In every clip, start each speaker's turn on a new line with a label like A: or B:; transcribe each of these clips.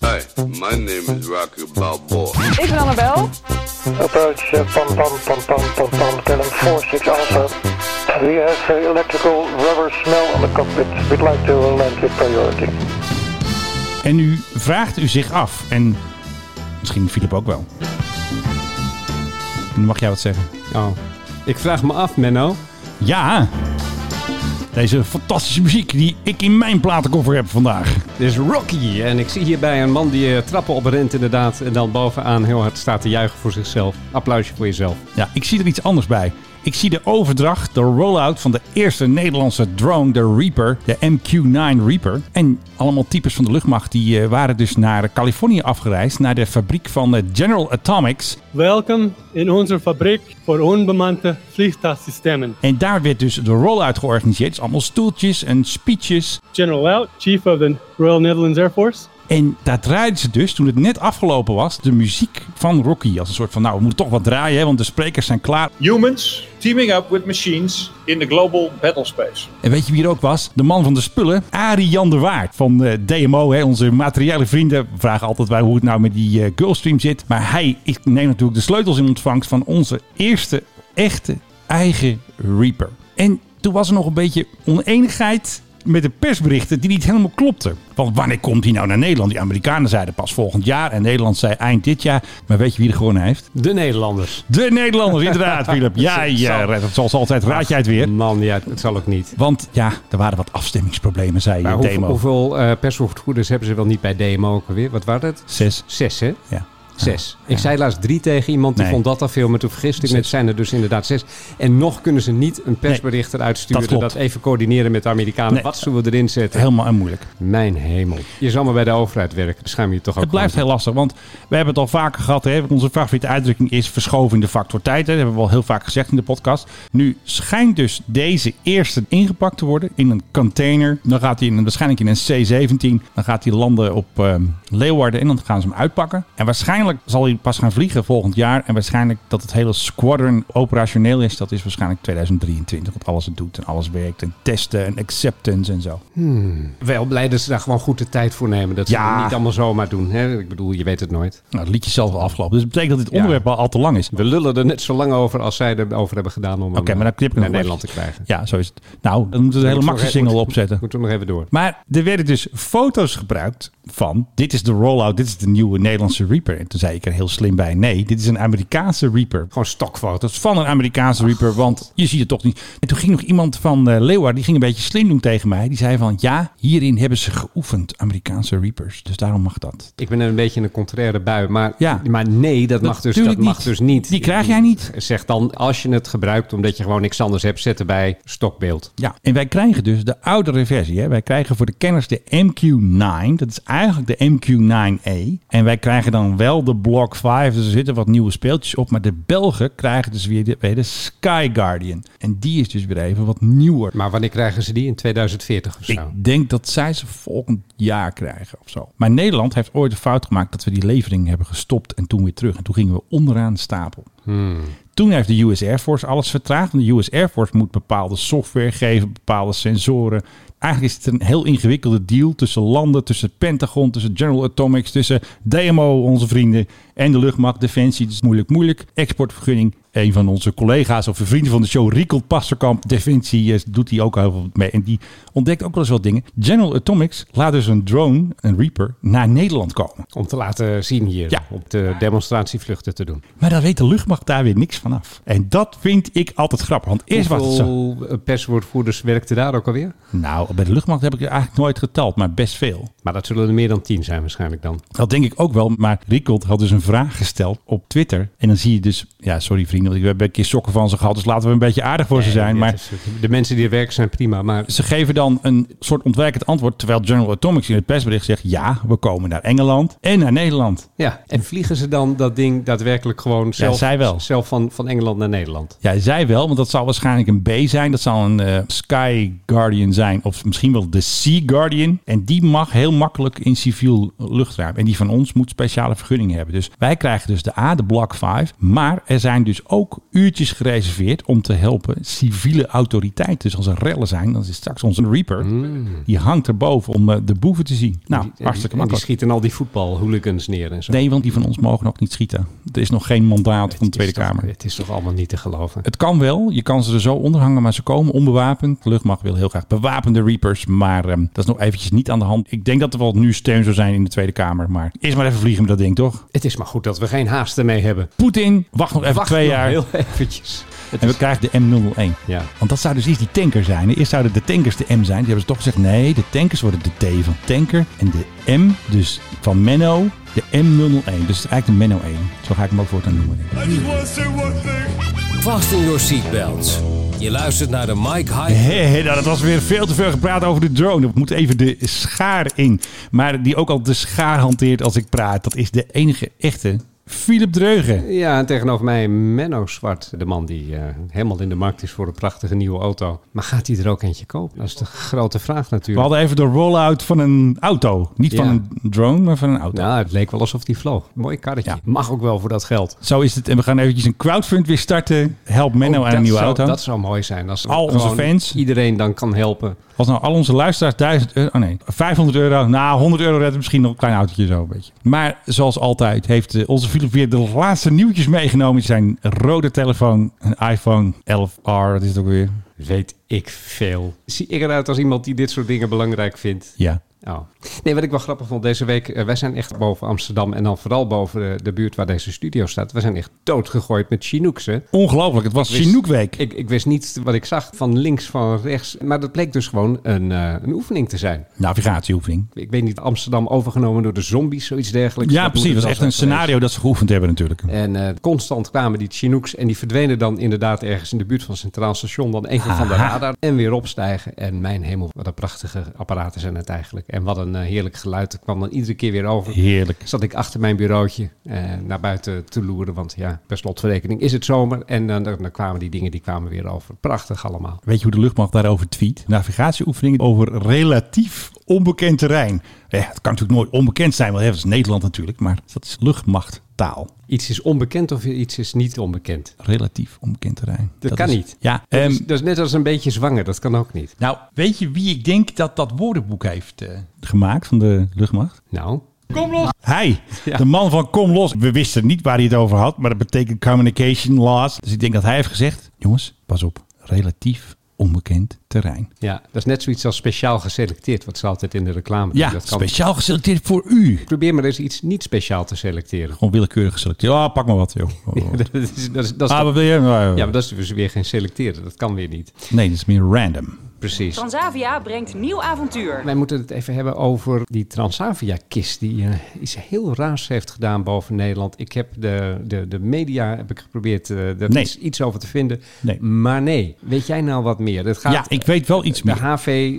A: Hi, my name is Rocky Balboa.
B: Ik ben Annabel.
C: Approach uh, pom pom pom pom pom pom Pelham 46 Alpha. We have uh, electrical rubber smell on the cockpit. We'd like to land with priority.
D: En nu vraagt u zich af, en misschien Philip ook wel. Nu mag jij wat zeggen.
E: Oh. Ik vraag me af, Menno.
D: Ja, deze fantastische muziek die ik in mijn platenkoffer heb vandaag.
E: Dit is Rocky. En ik zie hierbij een man die eh, trappen oprent inderdaad. En dan bovenaan heel hard staat te juichen voor zichzelf. Applausje voor jezelf.
D: Ja, ik zie er iets anders bij. Ik zie de overdracht, de rollout van de eerste Nederlandse drone, de Reaper, de MQ-9 Reaper. En allemaal types van de luchtmacht die eh, waren dus naar Californië afgereisd, naar de fabriek van eh, General Atomics.
F: Welkom in onze fabriek voor onbemande vliegtuigsystemen.
D: En daar werd dus de rollout georganiseerd. Dus allemaal stoeltjes en speeches.
F: General Wout, Chief of the Royal Netherlands Air Force.
D: En daar draaiden ze dus, toen het net afgelopen was, de muziek van Rocky. Als een soort van, nou, we moeten toch wat draaien, hè, want de sprekers zijn klaar.
G: Humans teaming up with machines in the global battle space.
D: En weet je wie er ook was? De man van de spullen, Arie Jan de Waard van eh, DMO. Hè, onze materiële vrienden We vragen altijd wij hoe het nou met die eh Girlstream zit. Maar hij is- neemt natuurlijk de sleutels in ontvangst van onze eerste echte eigen Reaper. En toen was er nog een beetje oneenigheid met de persberichten die niet helemaal klopten. Want wanneer komt hij nou naar Nederland? Die Amerikanen zeiden pas volgend jaar en Nederland zei eind dit jaar. Maar weet je wie er gewonnen heeft?
E: De Nederlanders.
D: De Nederlanders, inderdaad, Philip. Ja, ja, Red, zoals altijd raad jij het weer.
E: Man, ja, het zal ook niet.
D: Want ja, er waren wat afstemmingsproblemen, zei je
E: Maar hoeveel,
D: demo.
E: hoeveel eh, pershoofdgoeders hebben ze wel niet bij DMO ook alweer? Wat waren het?
D: Zes.
E: Zes, hè?
D: Ja.
E: Zes. Ik zei laatst drie tegen iemand die
D: Nee.
E: vond dat al veel, maar toen vergist ik me. Het
D: Zes.
E: zijn er dus inderdaad zes. En nog kunnen ze niet een persbericht eruit sturen.
D: dat klopt.
E: even coördineren met de Amerikanen.
D: Nee.
E: Wat zullen we erin zetten?
D: Helemaal en moeilijk.
E: Mijn hemel. Je zal maar bij de overheid werken. Dan schaam je je toch ook
D: Het blijft heel
E: gewoon.
D: lastig, want we hebben het al vaker gehad. Hè? Onze favoriete uitdrukking is verschoven in de factor tijd. Hè? Dat hebben we al heel vaak gezegd in de podcast. Nu schijnt dus deze eerste ingepakt te worden in een container. Dan gaat hij in, waarschijnlijk in een C-17. Dan gaat hij landen op ehm, Leeuwarden en dan gaan ze hem uitpakken. En waarschijnlijk zal hij pas gaan vliegen volgend jaar. En waarschijnlijk dat het hele squadron operationeel is. Dat is waarschijnlijk 2023. Dat alles het doet en alles werkt. En testen en acceptance en zo.
E: Wel blij dat ze daar gewoon goed de tijd voor nemen. Dat ze
D: Ja.
E: het niet allemaal zomaar doen. Hè? Ik bedoel, je weet het nooit.
D: Nou, het liedje is zelf al afgelopen. Dus dat betekent dat dit
E: Ja.
D: onderwerp al, al te lang is.
E: We lullen er net zo lang over als zij erover hebben gedaan om
D: Oké,
E: hem eh,
D: maar dan knip ik
E: naar
D: nog
E: Nederland te
D: even.
E: krijgen.
D: Ja, zo is het. Nou, dan moeten we de hele maxi single opzetten.
E: Moeten we nog even door.
D: Maar er werden dus foto's gebruikt van... dit is de rollout, dit is de nieuwe Nederlandse Reaper. En toen zei ik er heel slim bij... nee, dit is een Amerikaanse Reaper.
E: Gewoon stokfoto's.
D: Foto's van een Amerikaanse Reaper, want je ziet het toch niet. En toen ging nog iemand van eh Leeuwarden... die ging een beetje slim doen tegen mij. Die zei van... ja, hierin hebben ze geoefend, Amerikaanse Reapers. Dus daarom mag dat.
E: Ik ben een beetje in een contraire bui. Maar,
D: Ja.
E: maar nee, dat, mag, dus, dat
D: Natuurlijk
E: mag
D: niet.
E: dus niet.
D: Die krijg jij niet.
E: Zeg dan, als je het gebruikt omdat je gewoon niks anders hebt, zet erbij stokbeeld.
D: Ja, en wij krijgen dus de oudere versie. Hè? Wij krijgen voor de kenners de MQ9. Dat is eigenlijk de MQ9A. En wij krijgen dan wel de Block 5. Dus er zitten wat nieuwe speeltjes op. Maar de Belgen krijgen dus weer de, weer de Sky Guardian. En die is dus weer even wat nieuwer.
E: Maar Nou. wanneer krijgen ze die? In 2040 of zo?
D: Ik denk dat zij ze volgend jaar krijgen of zo. Maar Nederland heeft ooit de fout gemaakt dat we die levering hebben gestopt en toen weer terug. En toen gingen we onderaan de stapel. Toen heeft de US Air Force alles vertraagd. Want de US Air Force moet bepaalde software geven, bepaalde sensoren. Eigenlijk is het een heel ingewikkelde deal tussen landen, tussen het Pentagon, tussen General Atomics, tussen DMO, onze vrienden, en de luchtmacht, Defensie. Dus moeilijk, moeilijk. Exportvergunning. Een van onze collega's of de vrienden van de show, Riekeld Pasterkamp, Defensie, eh, doet hij ook heel veel mee. En die ontdekt ook wel eens wat dingen. General Atomics laat dus een drone, een Reaper, naar Nederland komen.
E: Om te laten zien hier
D: Ja.
E: op de demonstratievluchten te doen.
D: Maar daar weet de luchtmacht daar weer niks vanaf. En dat vind ik altijd grappig. Want eerst was het zo.
E: Hoeveel eh, perswoordvoerders werkten daar ook alweer?
D: Nou, bij de luchtmacht heb ik er eigenlijk nooit geteld, maar best veel.
E: Maar dat zullen er meer dan tien zijn waarschijnlijk dan.
D: Dat denk ik ook wel, maar Riekold had dus een vraag gesteld op Twitter. En dan zie je dus, ja, sorry vrienden, want ik heb een keer sokken van ze gehad, dus laten we een beetje aardig voor ze zijn.
E: Dit
D: Maar
E: is- dus de mensen die er werken zijn prima, maar
D: ze geven dan een soort ontwijkend antwoord, terwijl General Atomics in het persbericht zegt, ja, we komen naar Engeland en naar Nederland.
E: ja. En vliegen ze dan dat ding daadwerkelijk gewoon zelf,
D: zij wel.
E: zelf van, van Engeland naar Nederland?
D: Ja, zij wel, want dat zal waarschijnlijk een B zijn. Dat zal een eh, Sky Guardian zijn. Of misschien wel de Sea Guardian. En die mag heel makkelijk in civiel luchtruim. En die van ons moet speciale vergunningen hebben. Dus wij krijgen dus de A, de Block 5. Maar er zijn dus ook uurtjes gereserveerd om te helpen civiele autoriteiten. Dus als er rellen zijn, dan is straks onze Reaper. Die hangt erboven om eh, de boeven te zien. Nou, hartstikke
E: Hmm. En die
D: makkelijk.
E: schieten al die voetbalhooligans neer en zo.
D: Nee, want die van ons mogen ook niet schieten. Er is nog geen mandaat van de Tweede
E: Het is toch-
D: Kamer.
E: Het is toch allemaal niet te geloven.
D: Het kan wel, je kan ze er zo onder hangen, maar ze komen onbewapend. De luchtmacht wil heel graag bewapende Reapers, maar ehm, dat is nog eventjes niet aan de hand. Ik denk dat er wel nu steun zou zijn in de Tweede Kamer, maar eerst maar even vliegen met dat ding, toch?
E: Het is maar goed dat we geen haast ermee hebben.
D: Poetin, wacht nog even
E: Wacht
D: twee
E: nog
D: jaar
E: Heel eventjes. Het
D: en
E: is-
D: we krijgen de M001.
E: Ja.
D: Want dat zou dus iets die tanker zijn. Eerst zouden de tankers de M zijn. Die hebben ze toch gezegd, nee, de tankers worden de T van tanker en de M, dus van Menno, de M001. Dus het is eigenlijk de Menno 1. Zo ga ik hem ook voortaan noemen. denk ik.
B: Vast in your seatbelts. Je luistert naar de Mike High.
D: Hé, hé, nou, dat was weer veel te veel gepraat over de drone. Ik moet even de schaar in. Maar die ook al de schaar hanteert als ik praat. Dat is de enige echte Philip Dreugen.
E: Ja, en tegenover mij Menno Zwart, de man die eh, helemaal in de markt is voor een prachtige nieuwe auto. Maar gaat hij er ook eentje kopen? Dat is de grote vraag
D: We
E: natuurlijk.
D: hadden even de rollout van een auto. Niet van
E: Ja.
D: een drone, maar van een auto.
E: Nou, het leek wel alsof die vloog. Mooi karretje.
D: Ja.
E: Mag ook wel voor dat geld.
D: Zo is het. En we gaan eventjes een crowdfund weer starten. Help Menno aan
E: Ook
D: een
E: Oh, dat
D: nieuwe
E: zou-
D: nou, auto.
E: Dat zou mooi zijn. Als
D: Al onze
E: gewoon
D: fans.
E: Iedereen dan kan helpen.
D: Als nou al onze luisteraars 1000 euro, oh nee, 500 euro, nou 100 euro redden misschien nog een klein autootje zo een beetje. Maar zoals altijd heeft eh, onze Philip weer de laatste nieuwtjes meegenomen. Zijn rode telefoon, een iPhone 11R, wat is het ook weer?
E: Weet ik veel. Zie ik eruit als iemand die dit soort dingen belangrijk vindt?
D: Ja.
E: Oh. Nee, wat ik wel grappig vond deze week. eh, wij zijn echt boven Amsterdam en dan vooral boven de, de buurt waar deze studio staat. We zijn echt doodgegooid met Chinooks, hè?
D: Ongelooflijk, het was
E: Wist-
D: Chinook Week.
E: Ik, ik wist niet wat ik zag van links, van rechts. Maar dat bleek dus gewoon een, eh, een oefening te zijn.
D: Navigatieoefening.
E: Ik weet niet, Amsterdam overgenomen door de zombies, zoiets dergelijks.
D: Ja,
E: Dat
D: precies. Het
E: moet
D: was
E: het
D: echt
E: wel
D: een
E: zijn geweest.
D: scenario dat ze geoefend hebben natuurlijk.
E: En eh, constant kwamen die Chinooks en die verdwenen dan inderdaad ergens in de buurt van Centraal Station. Dan even van de radar en weer opstijgen. En mijn hemel, wat een prachtige apparaten zijn het eigenlijk. En wat een eh, heerlijk geluid. Het kwam dan iedere keer weer over.
D: Heerlijk.
E: Zat ik achter mijn bureautje eh, naar buiten te loeren. Want ja, per slotverrekening is het zomer. En eh, dan, dan kwamen die dingen, die kwamen weer over. Prachtig allemaal.
D: Weet je hoe de luchtmacht daarover tweet? Navigatieoefeningen over relatief onbekend terrein. Ja, het kan natuurlijk nooit onbekend zijn, want het is Nederland natuurlijk, maar dat is luchtmachttaal.
E: Iets is onbekend of iets is niet onbekend.
D: relatief onbekend terrein.
E: Dat kan niet.
D: Ja,
E: Dat,
D: ehm,
E: is, dat is net als een beetje zwanger. Dat kan ook niet.
D: nou, weet je wie ik denk dat dat woordenboek heeft eh, gemaakt van de luchtmacht?
E: Nou,
D: Hij,
E: Ja.
D: de man van Kom Los. We wisten niet waar hij het over had, maar dat betekent communication loss. Dus ik denk dat hij heeft gezegd, jongens, pas op, relatief onbekend terrein.
E: ja, dat is net zoiets als speciaal geselecteerd. Wat ze altijd in de reclame doen.
D: Ja,
E: dat kan-
D: speciaal geselecteerd voor u.
E: Probeer maar eens iets niet speciaal te selecteren.
D: Gewoon willekeurig geselecteerd. Ah, pak maar wat, joh. Oh.
E: dat is, dat is, dat is
D: Ah,
E: toch-
D: wat wil je? Nou,
E: ja, maar dat is dus weer geen selecteren. Dat kan weer niet.
D: Nee, dat is meer random.
E: Precies.
H: Transavia brengt nieuw avontuur.
E: Wij moeten het even hebben over die Transavia-kist die eh, iets heel raars heeft gedaan boven Nederland. Ik heb de, de, de media heb ik geprobeerd eh er
D: Nee.
E: iets, iets over te vinden.
D: Nee.
E: Maar nee, weet jij nou wat meer? Het gaat
D: Ja, ik weet wel iets
E: de
D: meer.
E: HV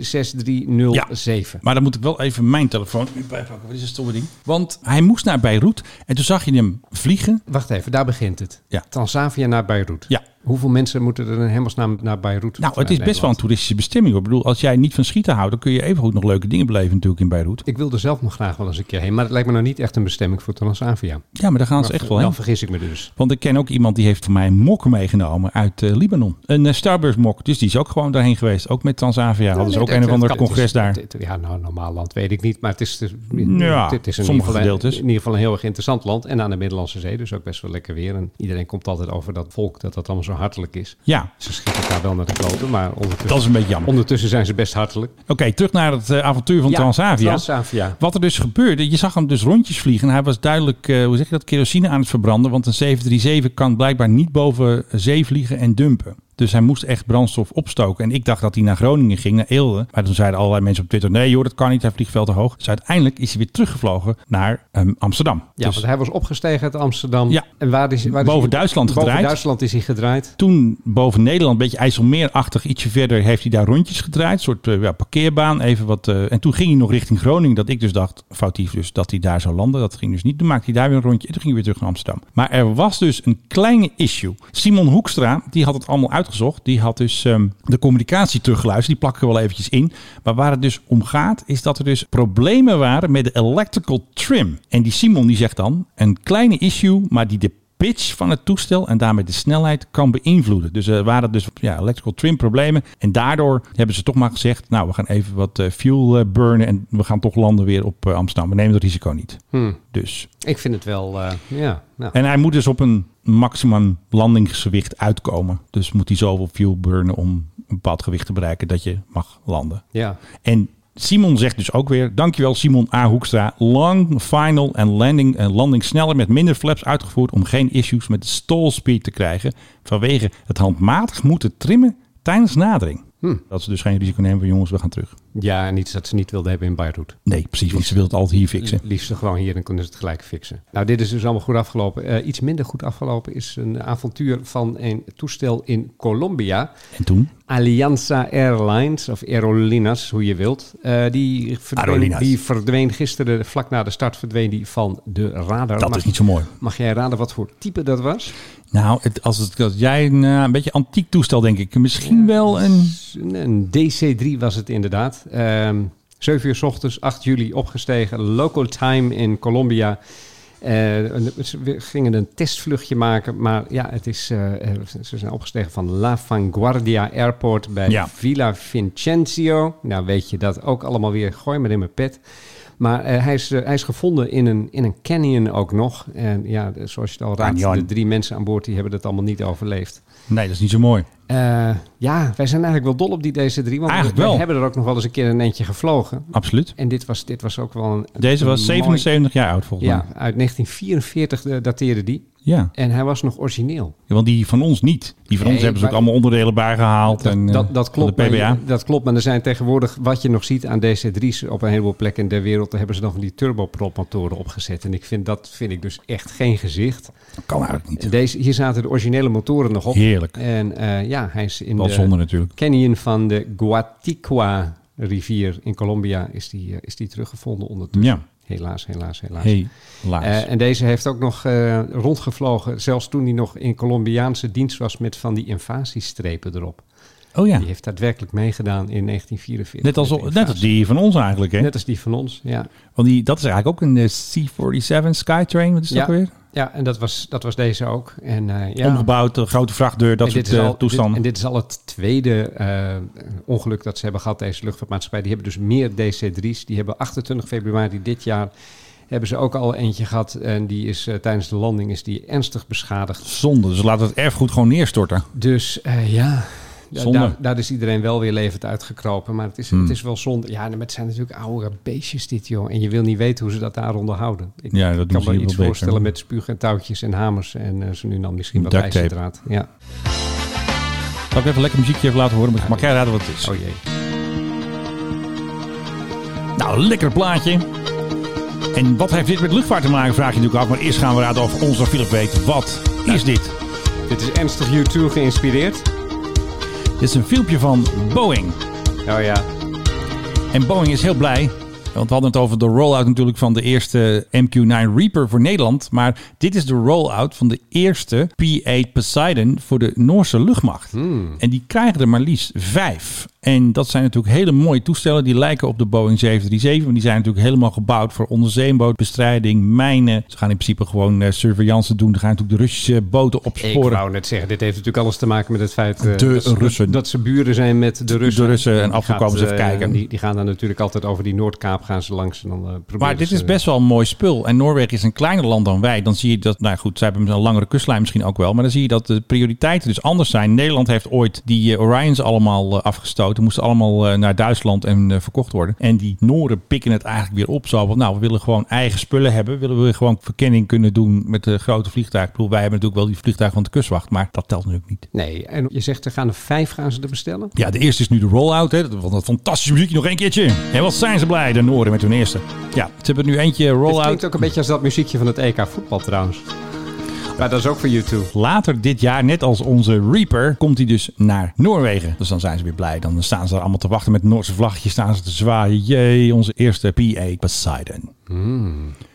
E: 6307.
D: Maar dan moet ik wel even mijn telefoon nu bijpakken. Wat is het stomme ding? Want hij moest naar Beirut en toen zag je hem vliegen.
E: Wacht even, daar begint het.
D: Ja.
E: Transavia naar Beirut.
D: Ja.
E: Hoeveel mensen moeten er in hemelsnaam naar Beirut?
D: Nou,
E: vanuit
D: het is best wel een
E: Nederland?
D: toeristische bestemming hoor. Ik bedoel, als jij niet van schieten houdt, dan kun je even goed nog leuke dingen beleven natuurlijk in Beirut.
E: Ik wilde zelf nog graag wel eens een keer heen, maar het lijkt me nou niet echt een bestemming voor Transavia. Nou,
D: Ja, maar daar gaan ze echt wel
E: Dan
D: heen.
E: vergis ik me dus.
D: Want ik ken ook iemand die heeft voor mij een mok meegenomen uit eh, Libanon. Een eh, Starburst mok. Dus die is ook gewoon daarheen geweest. Ook met Transavia. Hadden ze
E: Nee,
D: ook
E: dat-
D: een of
E: dat
D: ander
E: kan. Het
D: congres
E: is-
D: daar.
E: het- Ja, nou, normaal land weet ik niet, maar het is, het is
D: Ja,
E: in ieder
D: sommige
E: geval
D: gedeeltes.
E: Een, in ieder geval een heel erg interessant land. En aan de Middellandse Zee, dus ook best wel lekker weer. En iedereen komt altijd over dat volk, dat dat allemaal zo hartelijk is.
D: Ja,
E: Ze schieten elkaar wel naar de kloten, maar ondertussen,
D: dat is een beetje jammer.
E: ondertussen zijn ze best hartelijk.
D: Oké, terug naar het eh, avontuur van
E: Ja,
D: Transavia.
E: Transavia.
D: Wat er dus gebeurde, je zag hem dus rondjes vliegen. Hij was duidelijk, eh, hoe zeg je dat, kerosine aan het verbranden. Want een 737 kan blijkbaar niet boven zee vliegen en dumpen. Dus hij moest echt brandstof opstoken. En ik dacht dat hij naar Groningen ging, naar Eelde. Maar toen zeiden allerlei mensen op Twitter... nee joh, dat kan niet, hij vliegt veel te hoog. Dus uiteindelijk is hij weer teruggevlogen naar ehm, Amsterdam.
E: Ja,
D: dus
E: want hij was opgestegen uit Amsterdam.
D: Ja.
E: En waar is, waar is
D: Boven
E: hij-
D: Duitsland gedraaid.
E: Boven Duitsland is hij gedraaid.
D: toen boven Nederland, een beetje IJsselmeerachtig, ietsje verder, heeft hij daar rondjes gedraaid. Een soort eh, ja, parkeerbaan, even wat. eh, en toen ging hij nog richting Groningen, dat ik dus dacht, foutief dus, dat hij daar zou landen. Dat ging dus niet. Toen maakte hij daar weer een rondje en toen ging hij weer terug naar Amsterdam. Maar er was dus een kleine issue. Simon Hoekstra, die had het allemaal uitgezocht. Die had dus ehm, de communicatie teruggeluisterd. Die plak ik er wel eventjes in. Maar waar het dus om gaat, is dat er dus problemen waren met de electrical trim. En die Simon die zegt dan, een kleine issue, maar die de pitch van het toestel en daarmee de snelheid kan beïnvloeden. Dus er waren dus ja, electrical trim problemen. En daardoor hebben ze toch maar gezegd, nou we gaan even wat eh, fuel eh, burnen en we gaan toch landen weer op eh, Amsterdam. We nemen het risico niet. Dus.
E: Ik vind het wel, eh, ja. Nou.
D: En hij moet dus op een maximum landingsgewicht uitkomen. Dus moet hij zoveel fuel burnen om een bepaald gewicht te bereiken dat je mag landen.
E: Ja.
D: En Simon zegt dus ook weer, dankjewel Simon A. Hoekstra. Long final en landing, en landing sneller met minder flaps uitgevoerd om geen issues met de stall speed te krijgen vanwege het handmatig moeten trimmen tijdens nadering. Dat ze dus geen risico nemen van jongens, we gaan terug.
E: ja, en iets dat ze niet wilden hebben in Beirut.
D: Nee, precies, want ze wilden het altijd hier fixen.
E: Het liefst gewoon hier, dan kunnen ze het gelijk fixen. Nou, dit is dus allemaal goed afgelopen. Eh, iets minder goed afgelopen is een avontuur van een toestel in Colombia.
D: En toen?
E: Alianza Airlines, of Aerolinas, hoe je wilt. eh, die, verdween,
D: Aerolinas.
E: die verdween gisteren, vlak na de start, verdween die van de radar.
D: Dat
E: Mag-
D: is niet zo mooi.
E: Mag jij raden wat voor type dat was?
D: Nou, het, als, het, als jij een, eh, een beetje antiek toestel, denk ik. Misschien wel een...
E: Een DC-3 was het inderdaad. Ehm 7 uur s ochtends, 8 juli opgestegen, local time in Colombia. Eh, en we gingen een testvluchtje maken, maar ja, het is, eh, eh, ze zijn opgestegen van La Vanguardia Airport bij
D: Ja.
E: Villa Vincencio. Nou weet je dat ook allemaal weer, gooi maar in mijn pet. Maar eh, hij, is, eh, hij is gevonden in een, in een canyon ook nog. En ja, zoals je het al raadt,
D: Canyon.
E: de drie mensen aan boord die hebben dat allemaal niet overleefd.
D: Nee, dat is niet zo mooi.
E: Eh, ja, wij zijn eigenlijk wel dol op die DC3. Want
D: Eigenlijk
E: we
D: wel.
E: hebben er ook nog wel eens een keer een eentje gevlogen.
D: Absoluut.
E: En dit was, dit was ook wel een.
D: Deze was
E: een mooi-
D: 77 jaar oud volgens
E: Ja,
D: mij.
E: uit 1944 eh, dateerde die.
D: Ja.
E: En hij was nog origineel.
D: Ja, Want die van ons niet. Die van
E: Nee,
D: ons hebben ze ook
E: maar-
D: allemaal onderdelen bijgehaald.
E: Dat,
D: en, eh,
E: dat, dat
D: van
E: klopt.
D: De
E: maar
D: PBA.
E: je- dat klopt. Maar er zijn tegenwoordig, wat je nog ziet aan DC3's op een heleboel plekken ter wereld, daar hebben ze dan van die turbopropmotoren opgezet. En ik vind dat vind ik dus echt geen gezicht.
D: Kan eigenlijk niet.
E: En Deze, hier zaten de originele motoren nog op.
D: Heerlijk.
E: En eh, ja, hij is in
D: Wel
E: de
D: zonde natuurlijk.
E: canyon van de Guaticua rivier in Colombia is die, eh, is die teruggevonden ondertussen.
D: Ja,
E: Helaas, helaas, helaas.
D: helaas.
E: Eh, en deze heeft ook nog eh, rondgevlogen, zelfs toen hij nog in Colombiaanse dienst was met van die invasiestrepen erop.
D: oh ja,
E: Eh, Die heeft daadwerkelijk meegedaan in 1944.
D: net als,
E: met de
D: net als
E: invasie.
D: die van ons eigenlijk. Hè?
E: Net als die van ons, ja.
D: Want die, dat is eigenlijk ook een eh, C-47 Skytrain. Wat is dat
E: ja,
D: weer?
E: Ja, en dat was, dat was deze ook. En, eh, ja.
D: Omgebouwd, eh, grote vrachtdeur, dat
E: En
D: soort
E: dit is
D: eh,
E: al-
D: toestanden.
E: dit- en dit is al het tweede eh, ongeluk dat ze hebben gehad, deze luchtvaartmaatschappij. Die hebben dus meer DC-3's. Die hebben 28 februari dit jaar hebben ze ook al eentje gehad. En die is eh, tijdens de landing is die ernstig beschadigd.
D: Zonde, dus laten we het erfgoed gewoon neerstorten.
E: Dus eh, ja, da-
D: Zonde. Hmm.
E: Daar, daar is iedereen wel weer levend uitgekropen. Maar het is, het is wel zonde. Ja, maar het zijn natuurlijk oude beestjes dit, joh. En je wil niet weten hoe ze dat daar onderhouden. Ik
D: Ja, dat doen
E: kan
D: ze
E: me
D: hier
E: iets
D: wel beter.
E: voorstellen met spuug en touwtjes en hamers. En eh, zo nu en dan misschien wat
D: Duct tape.
E: ijzerdraad. Ja.
D: Zal ik even lekker muziekje even laten horen? Maar mag jij raden wat het is?
E: Oh jee.
D: Nou, lekker plaatje. En wat heeft dit met luchtvaart te maken, vraag je natuurlijk af. Maar eerst gaan we raden of onze Philip weet. Wat is dit?
E: Dit is ernstig U2 geïnspireerd.
D: Dit is een filmpje van Boeing.
E: Oh ja.
D: En Boeing is heel blij. Want we hadden het over de rollout natuurlijk van de eerste MQ-9 Reaper voor Nederland. Maar dit is de rollout van de eerste P-8 Poseidon voor de Noorse luchtmacht.
E: Hmm.
D: En die krijgen er maar liefst vijf. En dat zijn natuurlijk hele mooie toestellen. Die lijken op de Boeing 737. Maar die zijn natuurlijk helemaal gebouwd voor onderzeebootbestrijding, mijnen. Ze gaan in principe gewoon eh, surveillance doen. Dan gaan natuurlijk de Russische boten
E: Ik
D: opsporen.
E: wou net zeggen, dit heeft natuurlijk alles te maken met het feit eh,
D: De
E: dat, ze-
D: Russen.
E: dat ze buren zijn met de Russen.
D: De Russen en
E: Die
D: af en toe
E: gaat,
D: komen ze
E: eh,
D: even kijken.
E: Die, die gaan dan natuurlijk altijd over die Noordkaap gaan ze langs en dan eh, proberen
D: Maar dit
E: ze-
D: is best wel een mooi spul. En Noorwegen is een kleiner land dan wij. Dan zie je dat, nou goed, zij hebben een langere kustlijn misschien ook wel. Maar dan zie je dat de prioriteiten dus anders zijn. Nederland heeft ooit die eh, Orions allemaal eh, afgestoten. Moesten allemaal eh, naar Duitsland en eh, verkocht worden. En die Nooren pikken het eigenlijk weer op. Zo, want nou, we willen gewoon eigen spullen hebben. Willen we gewoon verkenning kunnen doen met de grote vliegtuig. Ik bedoel, wij hebben natuurlijk wel die vliegtuig van de kustwacht. Maar dat telt natuurlijk niet.
E: Nee, en je zegt er gaan er vijf gaan ze er bestellen.
D: Ja, de eerste is nu de rollout. Hè. Dat was een fantastische muziekje nog één keertje. En wat zijn ze blij, de Nooren, met hun eerste. Ja, ze hebben nu eentje
E: Het
D: rollout.
E: klinkt ook een beetje als dat muziekje van het EK voetbal trouwens. Maar dat is ook voor YouTube.
D: Later dit jaar, net als onze Reaper, komt hij dus naar Noorwegen. Dus dan zijn ze weer blij. Dan staan ze daar allemaal te wachten met Noorse vlaggetjes. Staan ze te zwaaien. Jee, onze eerste PA Poseidon.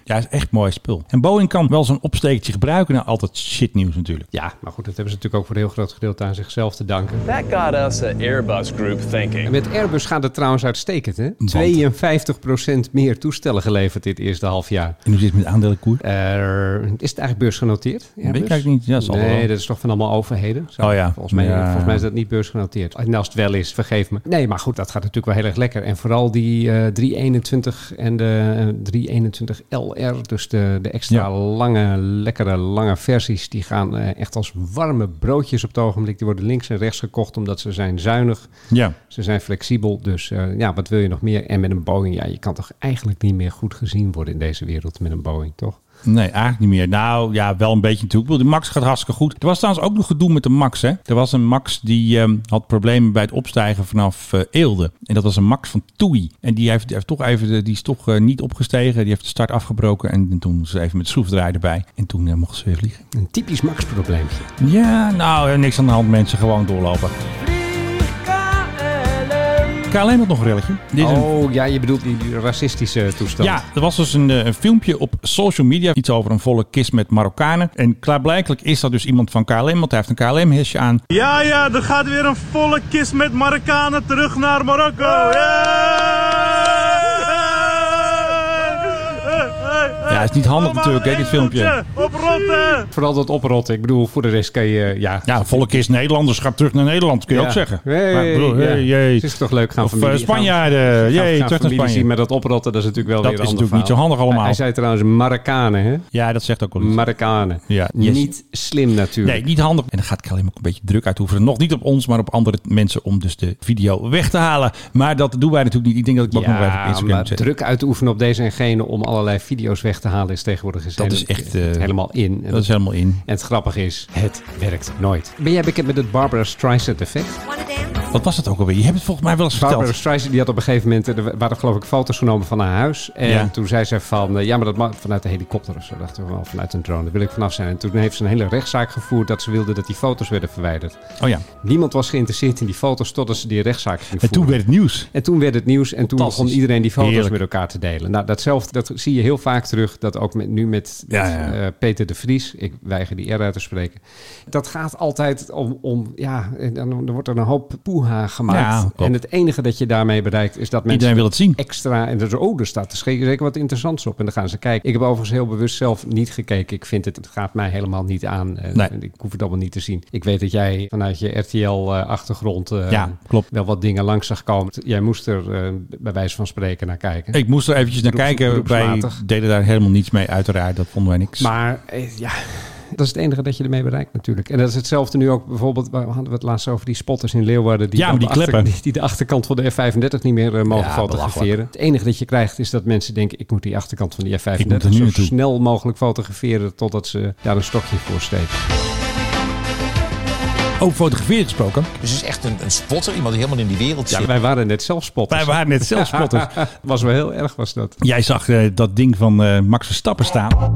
D: Ja, is echt mooi spul. En Boeing kan wel zo'n opstekertje gebruiken. Nou, altijd shitnieuws natuurlijk.
E: Ja, maar goed, dat hebben ze natuurlijk ook voor een heel groot gedeelte aan zichzelf te danken.
I: That got us an Airbus group
E: En
I: thinking.
E: met Airbus gaat het trouwens uitstekend, hè? 52% meer toestellen geleverd dit eerste half jaar.
D: En hoe zit het met aandelenkoers?
E: Eh, is het eigenlijk beursgenoteerd? Weet
D: eigenlijk niet. Ja, zal
E: nee,
D: wel.
E: dat is toch van allemaal overheden? Zo.
D: Oh ja.
E: Volgens mij,
D: Ja.
E: volgens mij is dat niet beursgenoteerd. En als het wel is, vergeef me. Nee, maar goed, dat gaat natuurlijk wel heel erg lekker. En vooral die eh, 321 en de eh, 321 LR, dus de, de extra
D: Ja.
E: lange, lekkere, lange versies, die gaan eh, echt als warme broodjes op het ogenblik. Die worden links en rechts gekocht omdat ze zijn zuinig.
D: Ja.
E: Ze zijn flexibel, dus eh, ja, wat wil je nog meer? En met een Boeing, ja, je kan toch eigenlijk niet meer goed gezien worden in deze wereld met een Boeing, toch?
D: Nee, eigenlijk niet meer. Nou ja, wel een beetje natuurlijk. Ik bedoel, De Max gaat hartstikke goed. Er was trouwens ook nog gedoe met de Max. Hè? Er was een Max die ehm, had problemen bij het opstijgen vanaf eh, Eelde. En dat was een Max van Toei. En die, heeft, die heeft toch even, de- die is toch eh, niet opgestegen. Die heeft de start afgebroken. En toen ze even met de schroefdraaier erbij. En toen eh, mochten ze weer vliegen.
E: Een typisch Max-probleempje.
D: Ja, nou, eh, niks aan de hand mensen. Gewoon doorlopen. KLM had nog een relletje. Dit is een
E: Oh, ja, je bedoelt die racistische toestand.
D: Ja, er was dus een, eh, een filmpje op social media. Iets over een volle kist met Marokkanen. En klaarblijkelijk is dat dus iemand van KLM, want hij heeft een KLM-hesje aan.
J: Ja, ja, er gaat weer een volle kist met Marokkanen terug naar Marokko. Ja,
D: Ja, is niet handig natuurlijk, hè, dit filmpje.
J: Oprotten!
E: Vooral dat oprotten. Ik bedoel, voor de rest kan je, ja...
D: Ja, volle kist Nederlanders, gaat terug naar Nederland, kun je
E: Ja.
D: ook zeggen.
E: Hey,
D: Maar ik bedoel,
E: ja.
D: hey, jee.
E: Het is toch leuk gaan
D: Of, eh,
E: familie...
D: Spanjaarden.
E: gaan-
D: Jee,
E: gaan
D: terug naar
E: familie
D: Spanje.
E: zien met dat oprotten, dat is natuurlijk wel
D: Dat
E: weer
D: is
E: een ander
D: natuurlijk niet
E: verhaal.
D: zo handig allemaal.
E: Hij zei trouwens Marokkanen, hè?
D: Ja, dat zegt ook wel iets.
E: Marokkanen.
D: Ja, yes.
E: Niet slim natuurlijk.
D: Nee, niet handig. En dan gaat KLM ook een beetje druk uitoefenen. Nog niet op ons, maar op andere mensen om dus de video weg te halen. Maar dat doen wij natuurlijk niet. Ik denk dat ik dat nog wel even op Instagram
E: maar
D: zet.
E: druk uitoefenen op deze en gene om allerlei video's weg te halen is tegenwoordig gezien.
D: Dat is echt, eh,
E: helemaal in. En,
D: Dat is helemaal in.
E: en het grappige is, het werkt nooit. Ben jij bekend met het Barbara Streisand effect?
D: Wat was dat ook alweer? Je hebt het volgens mij wel eens
E: Barbara
D: verteld.
E: Streisand die had op een gegeven moment, eh, er waren geloof ik foto's genomen van haar huis. En
D: Ja.
E: toen zei ze van, eh, ja maar dat mag vanuit de helikopter of zo, dachten we wel, vanuit een drone, daar wil ik vanaf zijn. En toen heeft ze een hele rechtszaak gevoerd dat ze wilde dat die foto's werden verwijderd.
D: Oh ja.
E: Niemand was geïnteresseerd in die foto's totdat ze die rechtszaak ging
D: En toen
E: voeren.
D: werd het nieuws.
E: En toen werd het nieuws en toen
D: Fantastisch.
E: begon iedereen die foto's
D: Heerlijk.
E: met elkaar te delen. Nou, datzelfde dat zie je heel vaak terug. Dat ook met, nu met, met,
D: Ja, ja.
E: eh, Peter de Vries. Ik weiger die R uit te spreken. Dat gaat altijd om, om ja, en dan, dan wordt er een hoop poeha
D: Ja,
E: gemaakt.
D: klopt.
E: en het enige dat je daarmee bereikt is dat mensen
D: Iedereen wil het zien.
E: extra. En dus, oh, er staat er zeker zeker wat interessants op. En dan gaan ze kijken. Ik heb overigens heel bewust zelf niet gekeken. Ik vind het, het gaat mij helemaal niet aan. En,
D: Nee.
E: en Ik hoef het allemaal niet te zien. Ik weet dat jij vanuit je RTL-achtergrond
D: Ja, klopt.
E: eh, wel wat dingen langs zag komen. Jij moest er eh, bij wijze van spreken naar kijken.
D: Ik moest er eventjes naar
E: Beroeps-
D: kijken. Wij
E: beroepsmatig.
D: deden daar helemaal niets mee, uiteraard. Dat vonden wij niks.
E: Maar eh, ja, dat is het enige dat je ermee bereikt natuurlijk. En dat is hetzelfde nu ook bijvoorbeeld, we hadden het laatst over die spotters in Leeuwarden. Die
D: Ja,
E: dan
D: maar die
E: de achter-
D: kleppen.
E: die, die de achterkant van de F-35 niet meer eh, mogen
D: Ja,
E: fotograferen.
D: belachelijk.
E: Het enige dat je krijgt is dat mensen denken, ik moet die achterkant van die
D: Ik moet
E: F-35
D: er nu
E: zo
D: naartoe.
E: snel mogelijk fotograferen totdat ze daar een stokje voor steken.
D: Over fotograferen gesproken.
K: Dus het is echt een, een spotter, iemand die helemaal in die wereld zit.
E: Wij waren net zelf spotters.
D: Wij waren net zelf spotters.
E: was wel heel erg was dat.
D: Jij zag eh, dat ding van eh, Max Verstappen staan.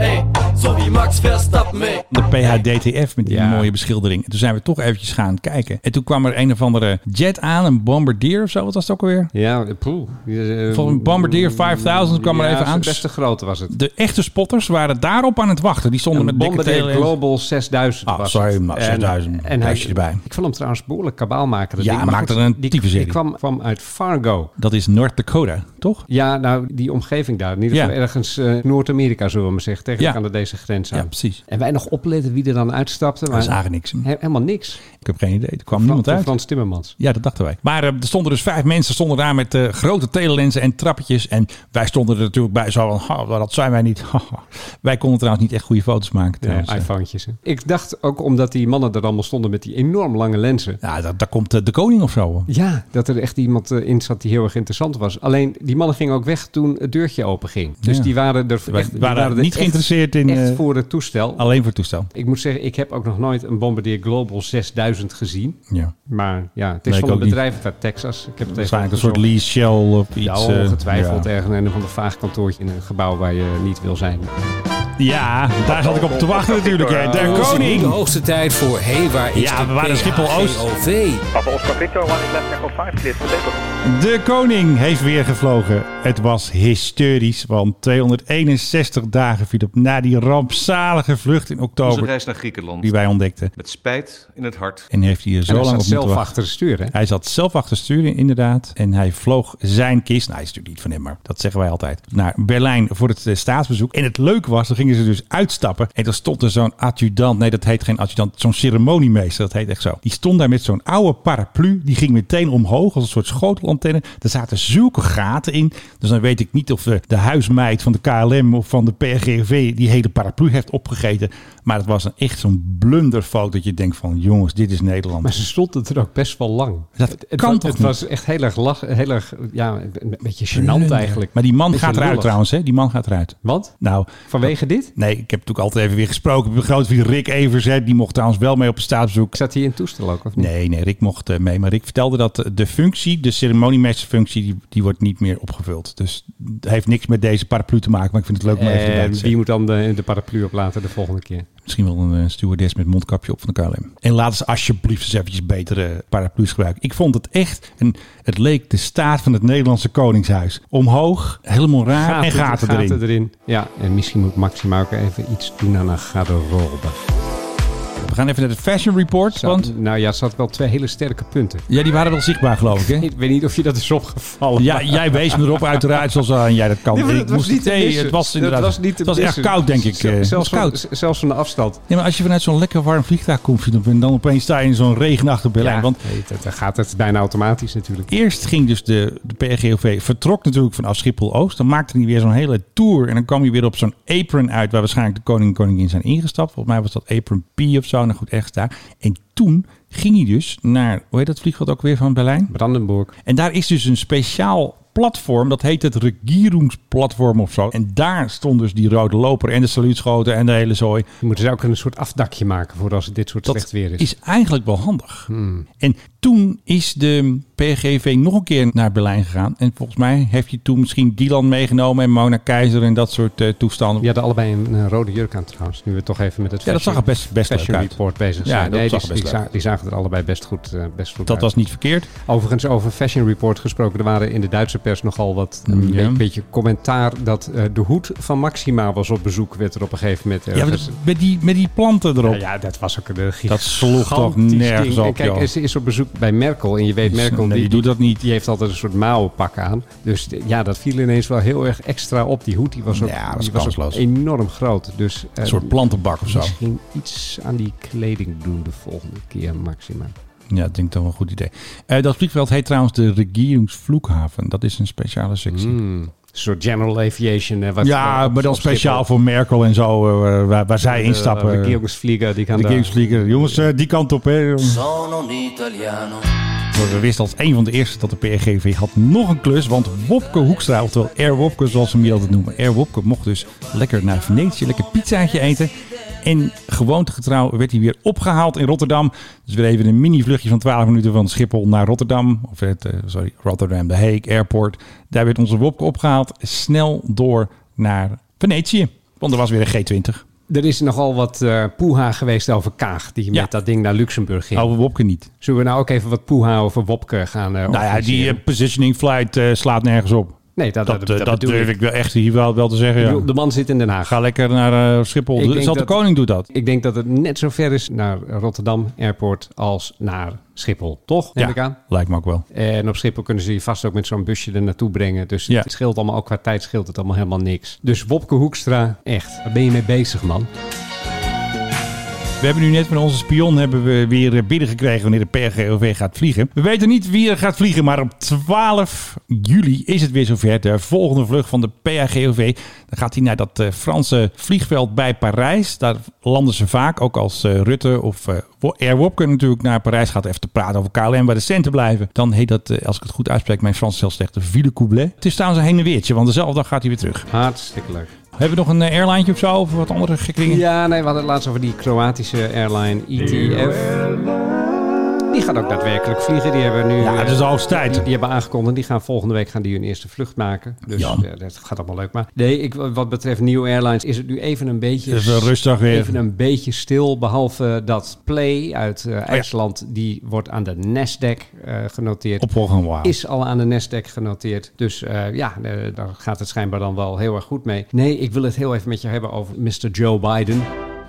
D: De PHDTF met die
E: Oh, Ja.
D: mooie beschildering. En toen zijn we toch eventjes gaan kijken. En toen kwam er een of andere jet aan. Een Bombardier of zo. Wat was het ook alweer?
E: Ja, eh, poeh. Eh,
D: Volgens een Bombardier 5000 kwam er
E: ja,
D: even aan.
E: Best te groot was het.
D: De echte spotters waren daarop aan het wachten. Die stonden
E: Een
D: met dikke
E: Bombardier
D: telen. in.
E: Global 6000
D: Ah,
E: was
D: sorry,
E: het.
D: maar 6000, plasje erbij.
E: Ik vond hem trouwens behoorlijk kabaal maken. dat
D: Ja,
E: ding. Maar
D: maakte
E: goed,
D: er een
E: die-
D: tyfusserie.
E: Die kwam, kwam uit Fargo.
D: Dat is North Dakota, toch?
E: Ja, nou, die omgeving daar. In ieder geval
D: Ja.
E: ergens eh, Noord-Amerika, zullen we maar zeggen. Tegen
D: Ja.
E: aan de deze grens aan.
D: Ja, precies.
E: En wij nog opletten wie er dan uitstapte.
D: We
E: Maar
D: zagen niks.
E: he- helemaal niks.
D: Ik heb geen idee. Er kwam niemand
E: Van
D: uit.
E: Frans Timmermans.
D: Ja, dat dachten wij. Maar eh, er stonden dus vijf mensen stonden daar met eh, grote telelensen en trappetjes. En wij stonden er natuurlijk bij zo van, "Ha, dat zijn wij niet. wij konden trouwens niet echt goede foto's maken. trouwens. eh.
E: Ja, iPhonetjes. hè. Ik dacht ook omdat die mannen er allemaal stonden met die enorm lange lenzen.
D: ja, daar, daar komt eh, de koning of zo.
E: Ja, dat er echt iemand eh, in zat die heel erg interessant was. Alleen die mannen gingen ook weg toen het deurtje open ging. Dus
D: Ja.
E: die waren er
D: waren
E: echt, die waren er
D: niet
E: echt-
D: geïnteresseerd in,
E: Echt
D: eh,
E: voor het toestel.
D: Alleen voor het toestel.
E: Ik moet zeggen, ik heb ook nog nooit een Bombardier Global 6000 gezien.
D: Ja.
E: Maar ja, het is
D: Nee, ik
E: van een
D: ook niet.
E: bedrijf uit Texas. Ik heb het even
D: Waarschijnlijk een soort
E: opgezocht.
D: lease shell of iets.
E: Ja,
D: eh,
E: ongetwijfeld
D: ja.
E: ergens een van de vaag kantoortje in een gebouw waar je niet wil zijn.
D: Ja, daar zat ik op te wachten natuurlijk. hè. De
B: Is het nu de
D: koning.
B: hoogste tijd voor Hé, waar is
D: Ja,
B: de E
D: we waren in Schiphol-Oost.
B: PHGOV?
J: Papa Oscar Victor, one is left echo 5, clear for takeoff.
D: De koning heeft weer gevlogen. Het was hysterisch, want 261 dagen viel op na die rampzalige vlucht in
L: Onze
D: oktober
L: reis naar Griekenland.
D: die wij ontdekten.
L: Met spijt in het hart.
D: En heeft hij er zo
E: hij
D: lang op
E: zat
D: moeten
E: zelf
D: wachten.
E: achter het stuur, hè?
D: Hij zat zelf achter het stuur, inderdaad. En hij vloog zijn kist, nou hij is natuurlijk niet van hem, maar dat zeggen wij altijd, naar Berlijn voor het eh, staatsbezoek. En het leuke was, dan gingen ze dus uitstappen. En dan stond er zo'n adjudant, nee dat heet geen adjudant, zo'n ceremoniemeester, dat heet echt zo. Die stond daar met zo'n oude paraplu, die ging meteen omhoog als een soort schotelantenne. Er zaten zulke gaten in, dus dan weet ik niet of eh, de huismeid van de KLM of van de PRGV die hele paraplu heeft opgegeten. Maar het was een, echt zo'n blunderfout dat je denkt van jongens, dit is Nederland.
E: Maar ze stond het er ook best wel lang.
D: Dat
E: het, het
D: kan
E: wa-
D: toch
E: Het
D: niet?
E: was echt heel erg lach, heel erg, ja, een beetje gênant
D: Blunder.
E: eigenlijk.
D: Maar die man
E: Beetje
D: gaat eruit
E: lullig.
D: trouwens, hè? Die man gaat eruit.
E: Wat?
D: Nou,
E: Vanwege dit?
D: nee, ik heb natuurlijk altijd even weer gesproken met mijn grote vriend Rick Evers. Hè? Die mocht trouwens wel mee op een staatsbezoek.
E: Zat hij in het toestel ook, of niet?
D: Nee, nee, Rick mocht eh, mee. Maar Rick vertelde dat eh, de functie, de ceremoniemeesterfunctie, die, die wordt niet meer opgevuld. Dus het heeft niks met deze paraplu te maken. Maar ik vind het leuk om even erbij
E: En
D: te
E: Eh, wie
D: zeggen.
E: moet dan de, de paraplu oplaten de volgende keer?
D: Misschien wel een eh, stewardess met mondkapje op van de KLM. En laten ze alsjeblieft eens eventjes betere paraplu's gebruiken. Ik vond het echt, een, het leek de staat van het Nederlandse Koningshuis. Omhoog, helemaal raar en gaten, erin.
E: Ja, en misschien moet Maxima ook even iets doen aan een garderobe.
D: We gaan even naar de fashion report,
E: Ze had-
D: want
E: nou ja, ze had wel twee hele sterke punten.
D: ja, die waren wel zichtbaar, geloof ik. Hè?
E: Ik weet niet of je dat is opgevallen.
D: Ja, jij wees me erop uiteraard, zoals aan jij dat kan.
E: Nee, maar
D: Ik
E: dat was
D: moest-
E: niet te
D: nee,
E: missen.
D: het was
E: Dat
D: inderdaad.
E: was niet te
D: het was echt
E: missen.
D: koud, denk ik.
E: Z-
D: eh, Het was
E: Zelfs van,
D: koud.
E: z- zelfs van de afstand.
D: Nee, maar als je vanuit zo'n lekker warm vliegtuig komt, Philip, en dan opeens sta je in zo'n regenachtig Berlijn.
E: Ja,
D: Want
E: weet het, dan gaat het bijna automatisch natuurlijk.
D: eerst ging dus de, de PRGOV, vertrok natuurlijk vanaf Schiphol-Oost. Dan maakte hij weer zo'n hele tour. En dan kwam hij weer op zo'n apron uit, waar waarschijnlijk de koning en koningin zijn ingestapt. Volgens mij was dat apron P of zo. Nou goed, ergens daar. En toen ging hij dus naar, hoe heet dat vliegveld ook weer van Berlijn?
E: Brandenburg.
D: En daar is dus een speciaal platform, dat heet het Regierungsplatform of zo. En daar stond dus die rode loper en de saluutschoten en de hele zooi.
E: Je moet dus ook een soort afdakje maken voor als het dit soort slecht weer is. Hmm.
D: is eigenlijk wel handig. En toen is de PGV nog een keer naar Berlijn gegaan. En volgens mij heeft hij toen misschien Dylan meegenomen en Mona Keizer en dat soort eh, toestanden.
E: Je hadden allebei een, eh, rode jurk aan trouwens. Nu we toch even met het
D: Ja, dat zag er best- best
E: fashion
D: leuk uit.
E: report bezig
D: Ja, dat
E: zijn. Nee,
D: zag
E: die,
D: er best
E: die,
D: leuk
E: za- die zagen er allebei best goed, eh, best goed
D: dat
E: uit.
D: was niet verkeerd.
E: Overigens over fashion report gesproken. Er waren in de Duitse pers nogal wat een
D: Mm, Ja.
E: be- beetje commentaar dat eh, de hoed van Maxima was op bezoek. Werd er op een gegeven moment
D: Ja,
E: ergens-
D: met die, met die planten erop.
E: Nou ja, dat was ook een gigantisch
D: Dat sloeg toch
E: ding.
D: nergens
E: En
D: op,
E: Kijk,
D: joh.
E: ze is op bezoek bij Merkel. En je weet,
D: Dus,
E: Merkel
D: nee,
E: die,
D: die doet dat niet.
E: Die heeft altijd een soort mouwenpak aan. Dus eh, ja, dat viel ineens wel heel erg extra op. Die hoed die was ook,
D: Ja, dat is
E: die was ook
D: kansloos.
E: enorm groot. Dus, eh,
D: Een soort plantenbak of zo.
E: Misschien iets aan die kleding doen de volgende keer, Maxima.
D: Ja, ik denk dat wel een goed idee. Eh, dat vliegveld heet trouwens de Regierungsvloekhaven. Dat is een speciale sectie.
E: Een soort general aviation. eh, wat
D: Ja,
E: eh, op-
D: maar dan
E: op Schiphol.
D: speciaal voor Merkel en zo, eh, waar- waar, waar zij
E: De-
D: instappen.
E: De Regierungsvlieger, die gaan
D: De
E: daar...
D: Kingsvlieger. Jongens, eh, die kant op, hè. Maar We wisten als een van de eerste dat de PRGV had nog een klus. Want Wopke Hoekstra, oftewel Air Wopke zoals ze hem hier altijd noemen. Air Wopke mocht dus lekker naar Venetië, lekker pizzaatje eten. En gewoontegetrouw werd hij weer opgehaald in Rotterdam. Dus weer even een mini-vluchtje van 12 minuten van Schiphol naar Rotterdam. Of het, eh, sorry, Rotterdam, de Hague Airport. Daar werd onze Wopke opgehaald. Snel door naar Venetië. Want er was weer een G20.
E: Er is nogal wat eh poeha geweest over Kaag, die
D: Ja.
E: met dat ding naar Luxemburg ging.
D: Oude Wopke niet.
E: Zullen we nou ook even wat poeha over Wopke gaan eh
D: Nou ja, die
E: organiseren?
D: eh, positioning flight eh, slaat nergens op.
E: Nee, dat,
D: Dat,
E: Nou, dat,
D: eh,
E: dat,
D: dat,
E: bedoel
D: durf
E: ik.
D: ik wel echt hier wel, wel te zeggen.
E: Ik
D: ja.
E: bedoel, de man zit in Den Haag.
D: Ga lekker naar eh, Schiphol.
E: Ik
D: De-
E: denk
D: Zelfs de
E: dat-
D: koning doet dat.
E: Ik denk dat het net zo ver is naar Rotterdam Airport als naar Schiphol, toch? Neem ik aan.
D: lijkt me ook wel.
E: En op Schiphol kunnen ze je vast ook met zo'n busje er naartoe brengen. Dus
D: Ja.
E: het scheelt allemaal, ook qua tijd scheelt het allemaal helemaal niks. Dus Wopke Hoekstra, echt, waar ben je mee bezig, man?
D: We hebben nu net van onze spion hebben we weer eh, binnengekregen wanneer de PRGOV gaat vliegen. We weten niet wie er gaat vliegen, maar op 12 juli is het weer zover. De volgende vlucht van de PRGOV. Dan gaat hij naar dat eh, Franse vliegveld bij Parijs. Daar landen ze vaak, ook als eh, Rutte of eh, Wo- Air Wopke natuurlijk naar Parijs gaat. Even te praten over KLM, waar de centen blijven. Dan heet dat, eh, als ik het goed uitspreek, mijn Frans is heel slecht, de Ville Coublet. Het is trouwens een heen en weertje, want dezelfde dag gaat hij weer terug.
E: Hartstikke leuk.
D: Hebben we nog een eh, airline of zo? Of wat andere gekke dingen?
E: Ja, nee, we hadden het laatst over die Kroatische airline ETF. E Die gaan ook daadwerkelijk vliegen. Die hebben nu.
D: Ja,
E: eh,
D: dat is de hoogste tijd.
E: Die, die hebben aangekondigd, die gaan volgende week gaan die hun eerste vlucht maken. Dus
D: Ja.
E: eh, dat gaat allemaal leuk. Maar nee, ik, wat betreft New Airlines is het nu even een beetje...
D: Even rustig weer.
E: Even een beetje stil, behalve dat Play uit eh,
D: Oh
E: IJsland, die wordt aan de Nasdaq eh, genoteerd.
D: Opvolger van Wow.
E: Is al aan de Nasdaq genoteerd. Dus eh, ja, eh, daar gaat het schijnbaar dan wel heel erg goed mee. Nee, ik wil het heel even met je hebben over Mr. Joe Biden.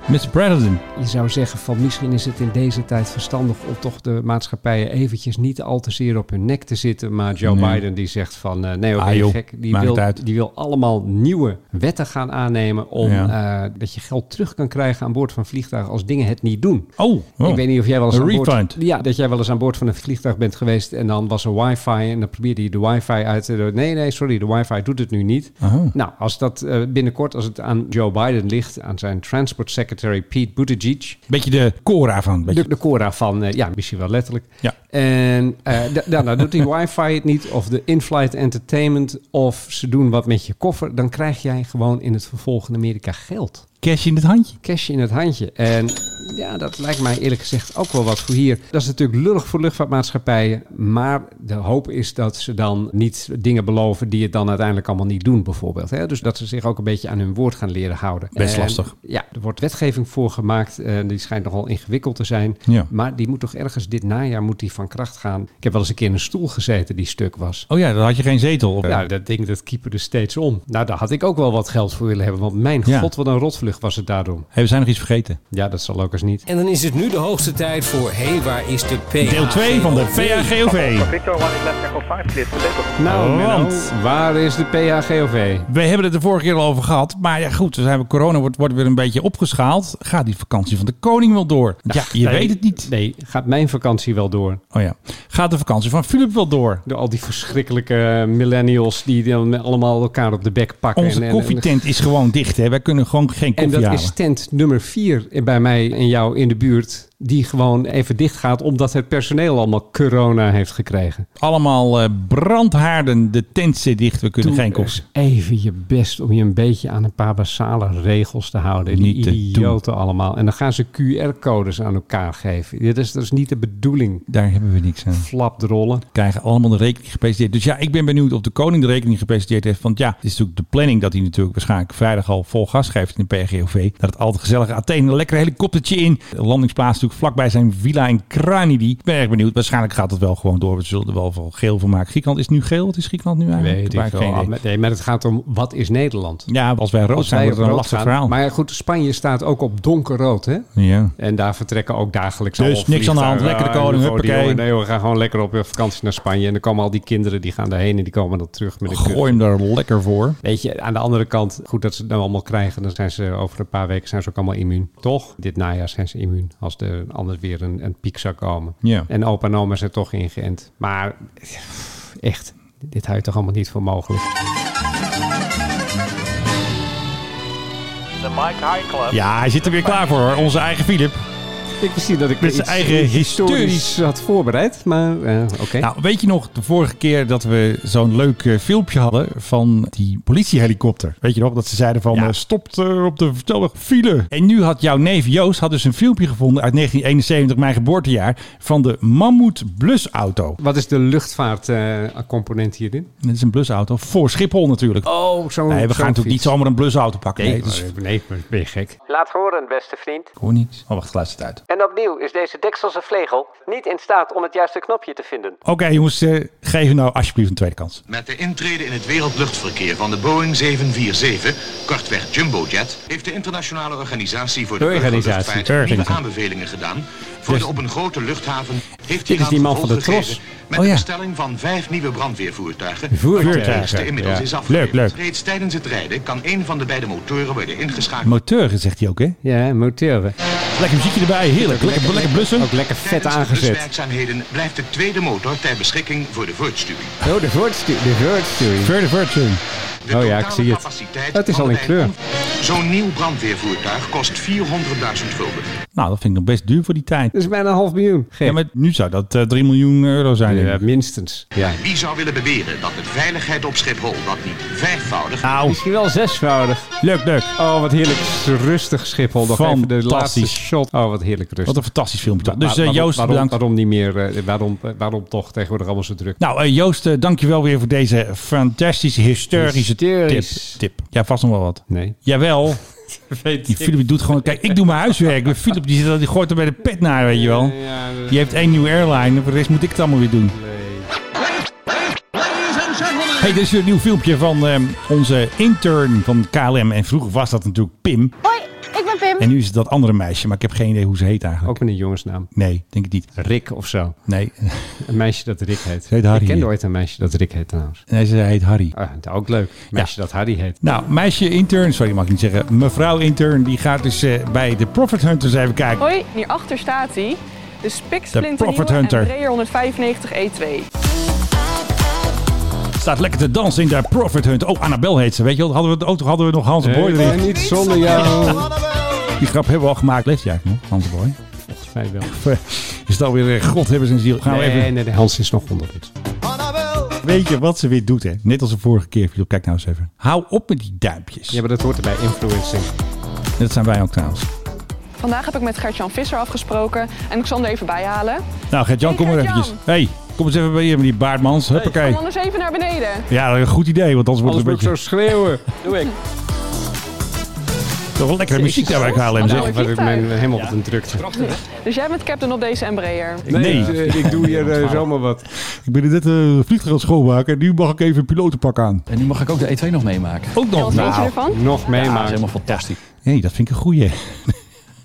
D: Mr. President.
E: Je zou zeggen van misschien is het in deze tijd verstandig om toch de maatschappijen eventjes niet al te zeer op hun nek te zitten. Maar Joe
D: Nee.
E: Biden die zegt van eh, nee, oké,
D: Ah, joh,
E: gek. Die
D: maakt
E: wil,
D: het uit.
E: die wil allemaal nieuwe wetten gaan aannemen om
D: Ja.
E: eh, dat je geld terug kan krijgen aan boord van vliegtuigen als dingen het niet doen.
D: Oh, oh.
E: Ik weet niet of jij wel eens
D: Een
E: aan boord,
D: refund.
E: ja, dat jij wel eens aan boord van een vliegtuig bent geweest en dan was er wifi en dan probeerde je de wifi uit te doen. Nee, nee, sorry, de wifi doet het nu niet.
D: Oh.
E: Nou, als dat eh, binnenkort, als het aan Joe Biden ligt, aan zijn transport secretary Pete Buttigieg,
D: Beetje de Cora van. Beetje.
E: de, de Cora van, eh, ja, misschien wel letterlijk.
D: Ja.
E: En eh, da- daarna doet die wifi het niet, of de in-flight entertainment, of ze doen wat met je koffer. Dan krijg jij gewoon in het vervolg in Amerika geld.
D: Cash in het handje.
E: Cash in het handje. En ja, dat lijkt mij eerlijk gezegd ook wel wat voor hier. Dat is natuurlijk lullig voor luchtvaartmaatschappijen. Maar de hoop is dat ze dan niet dingen beloven die het dan uiteindelijk allemaal niet doen, bijvoorbeeld. Hè? Dus dat ze zich ook een beetje aan hun woord gaan leren houden.
D: Best
E: En,
D: lastig.
E: Ja, er wordt wetgeving voor gemaakt. En die schijnt nogal ingewikkeld te zijn.
D: Ja.
E: Maar die moet toch ergens dit najaar moet die van kracht gaan. Ik heb wel eens een keer in een stoel gezeten die stuk was.
D: Oh ja, dan had je geen zetel. Op.
E: Nou, dat ding dat keeperde steeds om. Nou, daar had ik ook wel wat geld voor willen hebben. Want mijn
D: Ja.
E: god, wat een rotvlucht was het daardoor.
D: Hey, we zijn nog iets vergeten.
E: Ja, dat zal ook eens niet.
B: En dan is het nu de hoogste tijd voor Hé, waar is de P?
D: Deel 2 van de PAGOV.
E: Nou,
D: Oh,
E: Menno,
D: want-
E: waar is de PHGOV?
D: We hebben het de vorige keer al over gehad. Maar ja, goed, we zijn, corona wordt, wordt weer een beetje opgeschaald. Gaat die vakantie van de koning wel door? Ja, je
E: Nee,
D: weet het niet.
E: Nee, gaat mijn vakantie wel door?
D: Oh ja. Gaat de vakantie van Philip wel door?
E: Door al die verschrikkelijke millennials die dan allemaal elkaar op de bek pakken.
D: Onze
E: en- en-
D: koffietent is gewoon dicht. Hè. Wij kunnen gewoon geen
E: En, en
D: koffie
E: dat
D: halen.
E: is tent nummer vier bij mij en jou in de buurt. Die gewoon even dicht gaat omdat het personeel allemaal corona heeft gekregen.
D: Allemaal eh, brandhaarden. De tent zit dicht. We kunnen
E: Doe
D: geen koffie.
E: eens Dus even je best om je een beetje aan een paar basale regels te houden.
D: Niet te
E: die idioten allemaal. En dan gaan ze QR-codes aan elkaar geven. Dit is, dat is niet de bedoeling.
D: Daar hebben we niks aan.
E: Flapdrollen.
D: krijgen allemaal de rekening gepresenteerd. Dus ja, ik ben benieuwd of de koning de rekening gepresenteerd heeft. Want ja, het is natuurlijk de planning dat hij natuurlijk waarschijnlijk vrijdag al vol gas geeft in de PGOV. Dat het altijd gezellige Athene, een lekker helikoptertje in. De landingsplaats natuurlijk vlakbij zijn villa in Kranidi. Ik ben erg benieuwd. Waarschijnlijk gaat het wel gewoon door. We zullen er wel veel geel van maken. Griekenland is nu geel. Wat is Griekenland nu eigenlijk?
E: Weet
D: Waar
E: ik
D: geen idee.
E: wel. Ah, Nee, maar het gaat om wat is Nederland?
D: Ja, als wij rood
E: Als
D: zijn,
E: wij
D: wordt het een
E: op rood
D: lastig
E: gaan-
D: verhaal.
E: Maar goed, Spanje staat ook op donkerrood, hè?
D: Ja.
E: En daar vertrekken ook dagelijks
D: Dus
E: al
D: niks aan de
E: vliegtuigen.
D: hand. Lekker de
E: Ah,
D: koning,
E: joh, die
D: huppakee.
E: jongen, Nee hoor, we gaan gewoon lekker op vakantie naar Spanje. En dan komen al die kinderen, die gaan daarheen en die komen dan terug met een kut.
D: Gooi hem er lekker voor.
E: Weet je, aan de andere kant, goed dat ze het nou allemaal krijgen. Dan zijn ze over een paar weken zijn ze ook allemaal immuun. Toch? Dit najaar zijn ze immuun. Als er anders weer een, een piek zou komen.
D: Ja.
E: En opa en oma zijn toch ingeënt. Maar echt, dit houdt toch allemaal niet voor mogelijk.
D: Ja, hij zit er weer klaar voor hoor. Onze eigen Filip.
E: Ik zie dat ik
D: Met zijn
E: iets
D: eigen historisch
E: historisch had voorbereid, maar eh, oké.
D: Nou, weet je nog de vorige keer dat we zo'n leuk eh, filmpje hadden van die politiehelikopter? Weet je nog dat ze zeiden van
E: Ja.
D: eh, stopt eh, op de vertelde file. En nu had jouw neef Joost had dus een filmpje gevonden uit 1971, mijn geboortejaar, van de Mammoet blusauto.
E: Wat is de luchtvaartcomponent hierin?
D: Dit is een blusauto voor Schiphol natuurlijk.
E: Oh, zo'n
D: nee, we gaan natuurlijk niet zomaar een blusauto pakken.
E: Nee,
D: Nee, dus-
E: nee,
D: dat is-
E: maar- nee, maar ben je gek?
L: Laat horen, beste vriend.
D: ik hoor niks. Oh, wacht, luister het uit.
L: En opnieuw is deze dekselse vlegel niet in staat om het juiste knopje te vinden.
D: Oké jongens, eh, geef hem nou alsjeblieft een tweede kans.
K: Met de intrede in het wereldluchtverkeer van de Boeing 747, kortweg Jumbojet, heeft de internationale organisatie voor de
E: Organisatie,
K: burgerluchtvaart nieuwe
D: organisatie.
K: aanbevelingen gedaan. Voor
D: Dus-
K: de op een grote luchthaven heeft
E: Dit is
K: Iran
E: die man van de
K: gevolg
E: tros.
K: gegeven Met
D: Oh ja.
K: de bestelling van vijf nieuwe brandweervoertuigen.
D: Voertuigen,
K: waarvan de eerste inmiddels
E: ja.
K: is afgeleverd.
D: Leuk, leuk.
K: Reeds tijdens het rijden kan een van de beide motoren worden ingeschakeld.
D: Moteur, zegt hij ook, hè?
E: Ja, motoren.
D: Lekker muziekje erbij, heerlijk. Lekker, lekker blussen.
E: Ook lekker vet
K: Tijdens de
E: aangezet.
K: werkzaamheden blijft de tweede motor ter beschikking voor de voortstuwing.
E: Oh, de voortsturing. De voortsturing.
D: Verder, verder.
K: De
E: Oh ja, ik
K: totale
E: zie het.
K: capaciteit
E: Het is al
K: van
E: in
K: de
E: kleur.
K: on- Zo'n nieuw brandweervoertuig kost 400.000 gulden.
D: Nou, dat vind ik nog best duur voor die tijd.
E: Dat is bijna een half miljoen.
D: Ja, maar nu zou dat eh 3 miljoen euro zijn.
E: Ja, minstens. Ja.
K: Wie zou willen beweren dat de veiligheid op Schiphol dat niet vijfvoudig...
D: Nou.
E: Misschien wel zesvoudig.
D: Leuk, leuk.
E: Oh, wat heerlijk rustig Schiphol. Nog even de laatste
D: Fantastisch.
E: shot. Oh, wat heerlijk rustig.
D: Wat een fantastisch filmpje.
E: Wa-
D: dus eh,
E: waarom-
D: Joost,
E: waarom,
D: bedankt.
E: Waarom niet meer? eh, waarom, eh, waarom toch tegenwoordig allemaal zo druk?
D: Nou, eh, Joost, eh, dankjewel weer voor deze fantastische, hysterische
E: Hysterisch.
D: tip. tip. Jij vast nog wel wat.
E: Nee.
D: Jawel.
E: Weet
D: Die Philip die doet gewoon... Kijk, ik doe mijn huiswerk. Maar Philip die, zit, die gooit er bij de pet naar, weet je wel. Die heeft één nieuwe airline. Voor de rest moet ik het allemaal weer doen. Hey, dit is weer een nieuw filmpje van ehm, onze intern van KLM. En vroeger was dat natuurlijk Pim.
M: Hoi, ik ben Pim.
D: En nu is het dat andere meisje. Maar ik heb geen idee hoe ze heet eigenlijk.
E: Ook met een jongensnaam.
D: Nee, denk ik niet.
E: Rick of zo.
D: Nee.
E: Een meisje dat Rick heet.
D: heet Harry.
E: Ik kende ooit een meisje dat Rick heet trouwens.
D: Nee, ze heet Harry.
E: Ah, dat ook leuk. Een meisje dat Harry heet.
D: Nou, meisje intern, sorry, mag ik niet zeggen. Mevrouw intern, die gaat dus eh, bij de Profit Hunters even kijken.
N: Hoi, hierachter staat hij. De
D: De
N: spiksplinternieuwe
D: Prophet
N: en
D: Hunter.
N: Breyer 195 E2.
D: Staat lekker te dansen in de Profit Hunt. Oh, Annabel heet ze, weet je wel. Hadden we het ook toch hadden we nog Hans de Boy
E: Ik ben
D: erin.
E: Eh, niet zonder jou.
D: Die grap hebben we al gemaakt. Leeft jij eigenlijk nog, Hans de Boy?
E: Volgens mij wel.
D: Of, eh, Is het alweer eh, God hebben zijn ziel? Gaan we
E: nee,
D: even...
E: nee, nee. Hans is nog onder dit.
D: Weet je wat ze weer doet, hè? Net als de vorige keer, Philip. Kijk nou eens even. Hou op met die duimpjes.
E: Ja, maar dat hoort erbij. Influencing.
D: Dat zijn wij ook trouwens.
N: Vandaag heb ik met Gertjan Visser afgesproken en ik zal hem er even bij halen.
D: Nou, Gert-Jan, kom maar eventjes. hey, kom eens even bij je, die baardmans. Huppakee.
N: Kom anders even naar beneden.
D: Ja, dat is een goed idee, want anders wordt het een beetje...
E: schreeuwen. Doe ik.
D: Toch wel lekkere muziek daar bij KLM,
N: Nou,
D: zeg.
N: ik
E: Wat ik ben helemaal wat een drukte.
N: Dus jij bent captain op deze Embraer.
D: Nee.
E: eh, ik doe hier eh, zomaar wat.
D: Ik ben net eh vliegtuig schoonmaken en nu mag ik even een pilotenpak aan.
O: En nu mag ik ook de E2 nog meemaken.
D: Ook nog.
N: Wat vind je ervan?
E: Nog
O: Ja, dat is
E: meemaken.
O: helemaal fantastisch.
D: Nee, dat vind ik een goeie.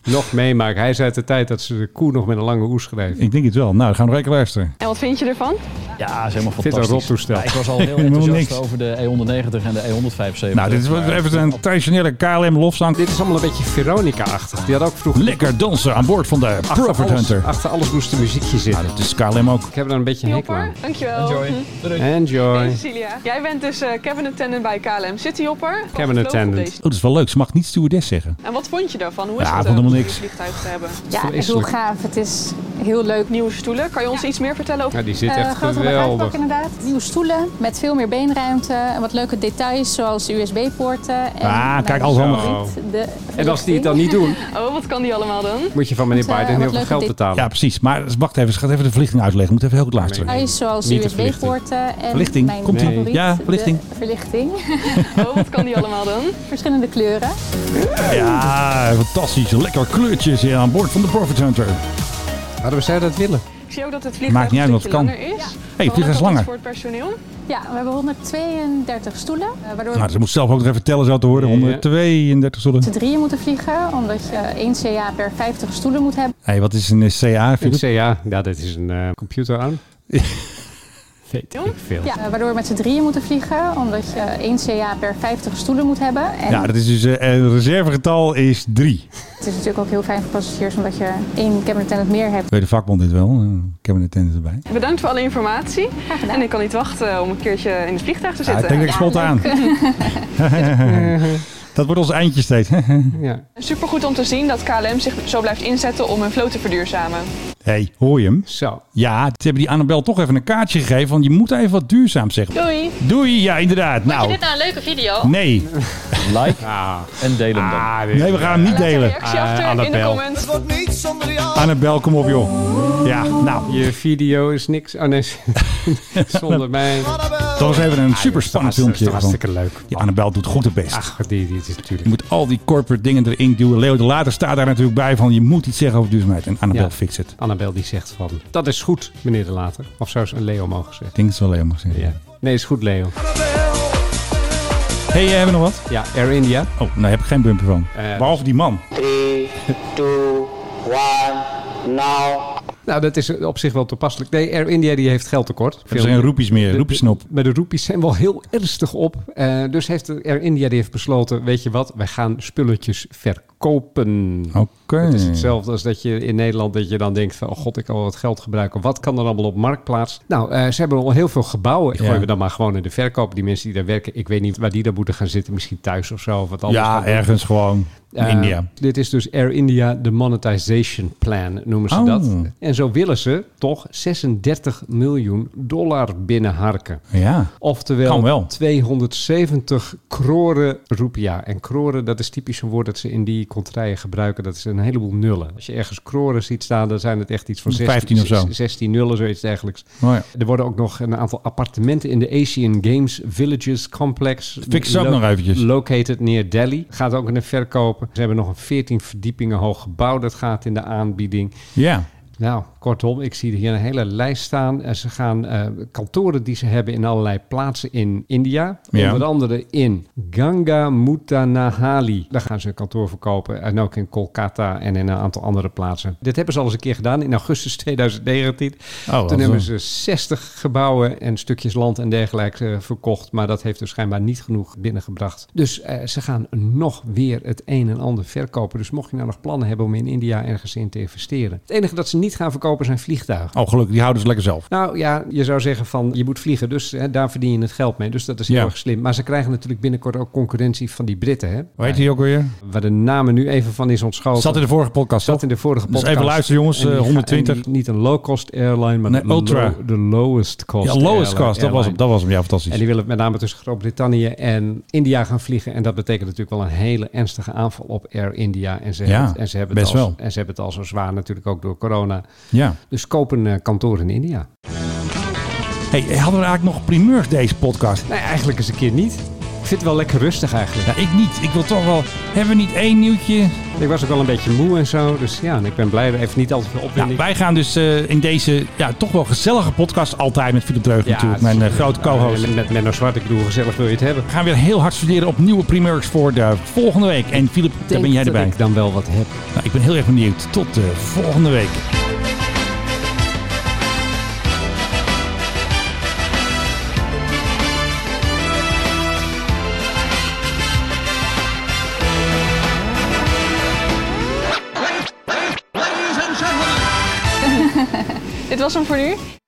E: Nog meemaken. Hij zei uit de tijd dat ze de koe nog met een lange oes schreef.
D: Ik denk het wel. Nou, dan gaan we lekker luisteren.
N: En wat vind je ervan?
O: Ja, dat is helemaal
E: Dit is een
O: fantastisch.
E: rottoestel.
O: Ja, ik was al heel
D: Helemaal
O: enthousiast
D: niks.
O: over de E190 en de E E175.
D: Nou, dit is wel
O: Maar-
D: even een traditionele KLM lofzang.
E: Dit is allemaal een beetje Veronica-achtig. Die had ook vroeger...
D: Lekker dansen aan boord van de Profit
E: alles,
D: Hunter. Dus
E: achter alles moest een muziekje zitten.
D: Dat is KLM ook.
E: Ik heb er een beetje een hekel aan.
N: Hopper, dankjewel. Enjoy.
E: Enjoy.
N: Cecilia, jij bent dus eh cabin attendant bij KLM City Hopper. Wat geloof
E: Cabin
N: je op
E: attendant.
N: deze?
D: Oh, dat is wel leuk. Ze mag niet stewardess zeggen.
N: En wat vond je daarvan? Hoe is
D: Ja,
N: het
D: vond
N: eh,
D: helemaal
N: om een
D: niks.
N: vliegtuig te hebben?
P: Ja, echt heel
E: Vreselijk.
P: gaaf. Het is heel leuk.
N: Nieuwe stoelen, kan je ons iets meer vertellen over?
E: Ja, die zit
P: Eh,
E: echt
P: grotere bagagepak
E: geweldig.
P: inderdaad. Nieuwe stoelen met veel meer beenruimte. En wat leuke details zoals USB-poorten. En,
D: Ah,
P: nou,
D: kijk,
P: dus
D: alles handig.
P: favoriet, de
E: Oh. En als die het dan niet doen,
N: Oh, wat kan die allemaal dan?
E: moet je van meneer
P: Want, eh,
E: Biden
P: wat
E: heel veel
P: leuk
E: geld
P: dat dit-
E: betalen.
D: Ja, precies. Maar dus wacht even. Ze gaat even de verlichting uitleggen. Moet even heel goed luisteren.
P: Details zoals
E: Niet de verlichting.
P: USB-poorten. En
D: Verlichting,
P: mijn
D: komt-ie.
P: favoriet,
D: Ja,
P: de
D: verlichting.
P: verlichting.
N: Oh, wat kan die allemaal dan?
P: Verschillende kleuren.
D: Ja, fantastisch. Lekker kleurtjes hier aan boord van de Profit Hunter.
E: Waarom zou je dat willen?
N: Ik zie ook dat het
D: Maakt
N: vliegtuig
D: niet
N: een
D: uit
N: stukje
D: wat het
N: langer
D: kan.
N: is. Ja.
D: Hey, het vliegtuig is langer.
N: Voor het personeel.
P: Ja, we hebben 132 stoelen. eh, Waardoor
D: Nou, ze moet zelf ook nog even tellen, zo te horen.
E: Ja.
D: 132 stoelen.
P: we te drieën moeten vliegen. Omdat je één CA per 50 stoelen moet hebben.
D: Hé, wat is een eh, CA?
E: Ik
D: Philip?
E: zei ja, ja, dat is een eh, computerarm. Weet ik veel.
P: Ja, eh, waardoor we met z'n drieën moeten vliegen. Omdat je één CA per 50 stoelen moet hebben. En
D: Ja, dat is dus eh, een reservegetal is 3.
P: Het is natuurlijk ook heel fijn voor passagiers omdat je één cabin attendant meer hebt.
D: Weet de vakbond dit wel? Eh, Ik heb een attendant erbij.
N: Bedankt voor alle informatie. En ik kan niet wachten om een keertje in het vliegtuig te
D: Ja, ik
N: zitten.
D: denk dat ik spontaan. dat wordt ons eindje steeds.
E: Ja.
N: Supergoed om te zien dat KLM zich zo blijft inzetten om hun vloot te verduurzamen.
D: hey, hoor je hem?
E: Zo.
D: Ja, ze hebben die Annabel toch even een kaartje gegeven. Want je moet even wat duurzaam zeggen.
N: Doei!
D: Doei, ja, inderdaad. Nou,
P: nou een leuke video?
D: nee.
O: Like
E: Ah,
O: en deel hem dan.
E: ah, dit-
D: Nee, we gaan hem niet
N: Laat een
D: delen.
N: reactie
K: Eh,
E: Ah,
N: achter in de
E: Annabel.
N: comments.
D: Annabel, kom op, joh. Ja, nou.
E: Je video is niks. Oh nee, zonder mij.
D: Dat was even een super spannend filmpje.
E: Hartstikke leuk.
D: Die Annabel doet goed haar best.
E: Ach, die, die is natuurlijk.
D: Je moet al die corporate dingen erin duwen. Leo de Later staat daar natuurlijk bij van... je moet iets zeggen over duurzaamheid. En Annabel
E: Ja.
D: fix het.
E: Annabel die zegt van, dat is goed, meneer De Later. Of zou ze een Leo mogen zeggen?
D: Ik denk dat ze wel helemaal zeggen.
E: Ja. Nee, is goed Leo.
D: hey, eh, hebben we nog wat?
E: Ja, Air India.
D: Oh, nou heb ik geen bumper van.
E: Eh,
D: Behalve die man.
E: Nou, dat is op zich wel toepasselijk. Nee, Air India die heeft geld tekort.
D: Veel geen roepies meer, roepiesnop.
E: Maar de roepies zijn wel heel ernstig op. Eh, dus heeft de Air India die heeft besloten, weet je wat, wij gaan spulletjes verkopen.
D: Oké.
E: Het is hetzelfde als dat je in Nederland dat je dan denkt van, oh god, ik kan wel wat geld gebruiken. Wat kan er allemaal op marktplaats? Nou, eh, ze hebben al heel veel gebouwen.
D: Ja.
E: Gooien we dan maar gewoon in de verkoop. Die mensen die daar werken, ik weet niet waar die dan moeten gaan zitten. Misschien thuis of zo. Of wat anders
D: Ja,
E: gaan doen.
D: ergens gewoon. In
E: Eh,
D: India.
E: Dit is dus Air India, de monetization plan noemen ze
D: Oh.
E: dat. En zo willen ze toch 36 miljoen dollar binnenharken.
D: Ja.
E: Oftewel
D: Kan wel.
E: 270 kroren roepia. En kroren, dat is typisch een woord dat ze in die contraien gebruiken. Dat is een heleboel nullen. Als je ergens kroren ziet staan, dan zijn het echt iets van 16,
D: 15 of zo.
E: 16 nullen, zoiets dergelijks.
D: Oh ja.
E: Er worden ook nog een aantal appartementen in de Asian Games Villages Complex.
D: Fix ze ook
E: Lo-
D: nog eventjes.
E: Located near Delhi. Gaat ook in de verkopen. Ze hebben nog een 14 verdiepingen hoog gebouw. Dat gaat in de aanbieding.
D: Ja.
E: Nou, kortom, ik zie hier een hele lijst staan. En ze gaan eh, kantoren die ze hebben in allerlei plaatsen in India.
D: Ja.
E: Onder andere in Ganga Mutanahali. Daar gaan ze een kantoor verkopen. En ook in Kolkata en in een aantal andere plaatsen. Dit hebben ze al eens een keer gedaan in augustus 2019.
D: Oh,
E: Toen
D: wat
E: hebben
D: zo.
E: ze 60 gebouwen en stukjes land en dergelijke eh, verkocht. Maar dat heeft dus schijnbaar niet genoeg binnengebracht. Dus eh, ze gaan nog weer het een en ander verkopen. Dus mocht je nou nog plannen hebben om in India ergens in te investeren. Het enige dat ze niet gaan verkopen zijn vliegtuigen.
D: Oh, gelukkig. Die houden ze lekker zelf.
E: Nou ja, je zou zeggen van je moet vliegen, dus hè, daar verdien je het geld mee. Dus dat is heel
D: Ja.
E: erg slim. Maar ze krijgen natuurlijk binnenkort ook concurrentie van die Britten. Hè?
D: Hoe heet die ook weer?
E: Waar de namen nu even van is ontschoten.
D: Zat in de vorige podcast,
E: Zat
D: toch?
E: in de vorige
D: Dus
E: podcast.
D: even luisteren, jongens,
E: En die
D: eh,
E: ga-
D: 120.
E: en die- niet een low-cost airline, maar
D: Nee,
E: de
D: ultra.
E: low- de lowest cost
D: Ja, lowest
E: airline-
D: cost. Dat was hem.
E: airline.
D: Dat was hem. Ja, fantastisch.
E: En die willen met name tussen Groot-Brittannië en India gaan vliegen. En dat betekent natuurlijk wel een hele ernstige aanval op Air India. En ze
D: Ja,
E: hebben, het, en ze hebben
D: best
E: het al,
D: wel.
E: En ze hebben het al zo zwaar natuurlijk ook door corona.
D: Ja.
E: Dus koop een eh, kantoor in India.
D: Hey, eh, hadden we eigenlijk nog primeurs deze podcast?
E: Nee, eigenlijk eens een keer niet. Ik vind het wel lekker rustig eigenlijk.
D: Ja, ik niet. Ik wil toch wel... Hebben we niet één nieuwtje?
E: Ik was ook wel een beetje moe en zo. Dus ja, en ik ben blij. Even niet altijd veel
D: Ja,
E: opwinding.
D: wij gaan dus eh, in deze ja, toch wel gezellige podcast altijd met Philip Dreug natuurlijk. Mijn eh, grote co-host.
E: Met Menno Zwart, ik bedoel, gezellig wil je het hebben.
D: We gaan weer heel hard studeren op nieuwe primeurs voor de volgende week. En Philip, daar
E: denk
D: ben jij
E: dat
D: erbij.
E: ik dan wel wat heb.
D: Nou, ik ben heel erg benieuwd. Tot de volgende week.
N: Dit was hem voor nu.